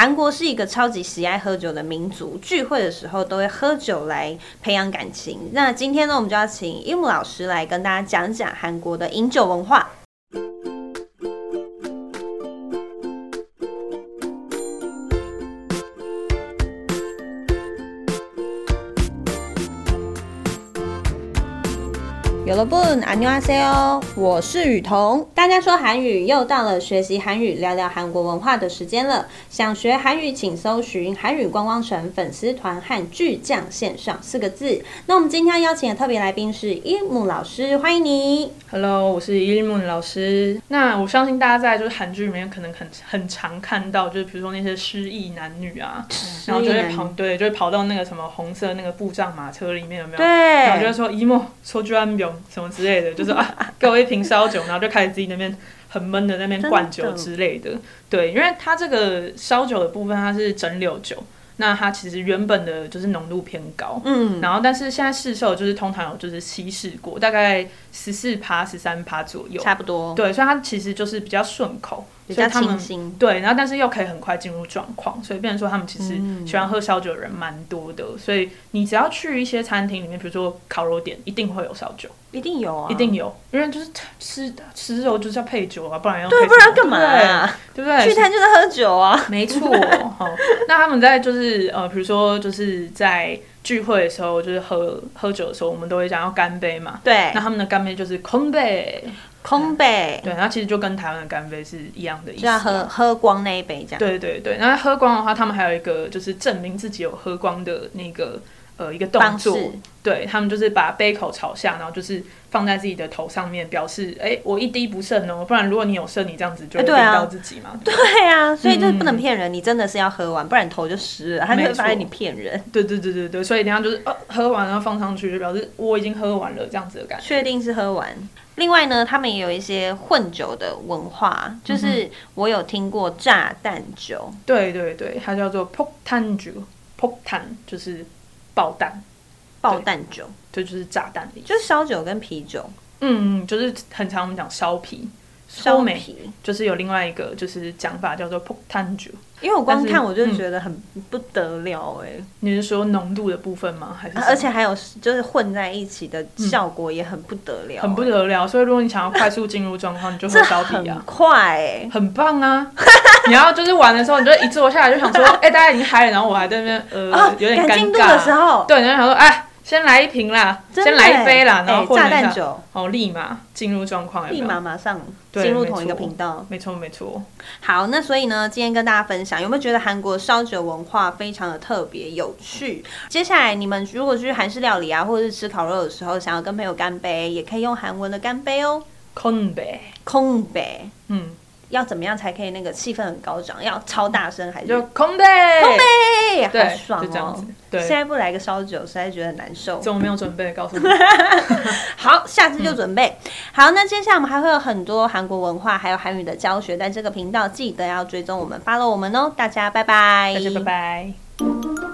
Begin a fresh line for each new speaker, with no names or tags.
韩国是一个超级喜爱喝酒的民族，聚会的时候都会喝酒来培养感情。那今天呢，我们就要请樱木老师来跟大家讲讲韩国的饮酒文化。有了不，안녕하세요，我是雨桐。大家说韩语，又到了学习韩语、聊聊韩国文化的时间了。想学韩语，请搜寻“韩语观光城”粉丝团和“巨匠线上”四个字。那我们今天邀请的特别来宾是樱木老师，欢迎你。
Hello，我是伊木老师。那我相信大家在就是韩剧里面可能很很常看到，就是比如说那些失忆男女啊，然后就会跑对，就会跑到那个什么红色那个布障马车里面，有没有？然后就
对，
会说伊木说居然勇什么之类的，就是啊给我一瓶烧酒，然后就开始自己那边很闷的那边灌酒
真的
之类的。对，因为它这个烧酒的部分它是蒸馏酒，那它其实原本的就是浓度偏高，
嗯，
然后但是现在市售就是通常有就是稀释过，大概十四趴、十三趴左右。
差不多，
对，所以它其实就是比较顺口，
比
所以
较
他
清
们
新。
对，然后但是又可以很快进入状况，所以变成说他们其实
嗯
喜欢喝烧酒的人蛮多的。所以你只要去一些餐厅里面，比如说烤肉店，一定会有烧酒，
一定有啊，
一定有，因为就是吃吃肉就是要配酒啊，不然要
对，
配
不
什
然
么
干嘛、啊？
对不对？
聚餐就是喝酒啊。
没错，好，那他们在就是呃，比如说就是在聚会的时候，就是喝喝酒的时候，我们都会讲要干杯嘛。
对嗯
那，他们的干杯就是空杯，
空杯
对，那其实就跟台湾的干杯是一样的意
就
思
要
啊。
喝喝光那一杯这样。
对对对，那喝光的话，他们还有一个就是证明自己有喝光的那个呃一个动
方
作
式，
对他们就是把杯口朝下，然后就是放在自己的头上面，表示哎、我一滴不剩哦，不然如果你有剩，你这样子就
哎
会
对
淋
啊
到自己嘛。对
对啊，所以就是不能骗人，你真的是要喝完，不然你头就湿了，他就会
嗯没错
发现你骗人。
对对对对对，所以等一下就是呃喝完然后放上去，就表示我已经喝完了这样子的感觉。
确定是喝完。另外呢，他们也有一些混酒的文化，
嗯
就是我有听过炸弹酒，
对对对，它叫做 p o k t a n j u p o k t a n 就是爆弹，
爆弹酒，
这就是炸弹的意思。
就是烧酒跟啤酒，
嗯，就是很常我们讲烧皮，
烧
美
啤。
就是有另外一个就是讲法叫做 p o k t a n j u
因为我光
但是
看我就觉得很不得了哎、
你是说浓度的部分吗？还是什
啊
么
而且还有就是混在一起的效果也很不得了、欸
很不得了，所以如果你想要快速进入状况，你就喝
这
烧皮
很
啊。
快哎、
很棒啊！ 你要就是玩的时候，你就一坐下来就 想说，哎、大家已经嗨了，然后我还在那边呃、
啊，
有点
赶
尴
进度
尬。
的时候，
对，然后想说，哎，先来一瓶啦，
真的
先来一杯啦
欸，
然后
哎
混
炸
一
弹
下，
酒，
哦，立马进入状况，有没
立
有
马马上
对
进入
没
同一个
错
频道。
没错没错，
好，那所以呢，今天跟大家分享，有没有觉得韩国烧酒文化非常的特别有趣？接下来你们如果去韩式料理啊，或者是吃烤肉的时候，想要跟朋友干杯，也可以用韩文的干杯哦，
空杯，
空杯。
嗯，
要怎么样才可以那个气氛很高涨？要超大声还是
就空杯，空杯，
哎，好
对，
爽
就这样
哦
子！，
现
对，
在不来个烧酒，实在觉得很难受。
怎么没有准备？告诉你，
好，下次就准备、
嗯
好。那接下来我们还会有很多韩国文化还有韩语的教学，在这个频道记得要追踪我们，follow 我们哦。大家拜拜，
大家拜拜。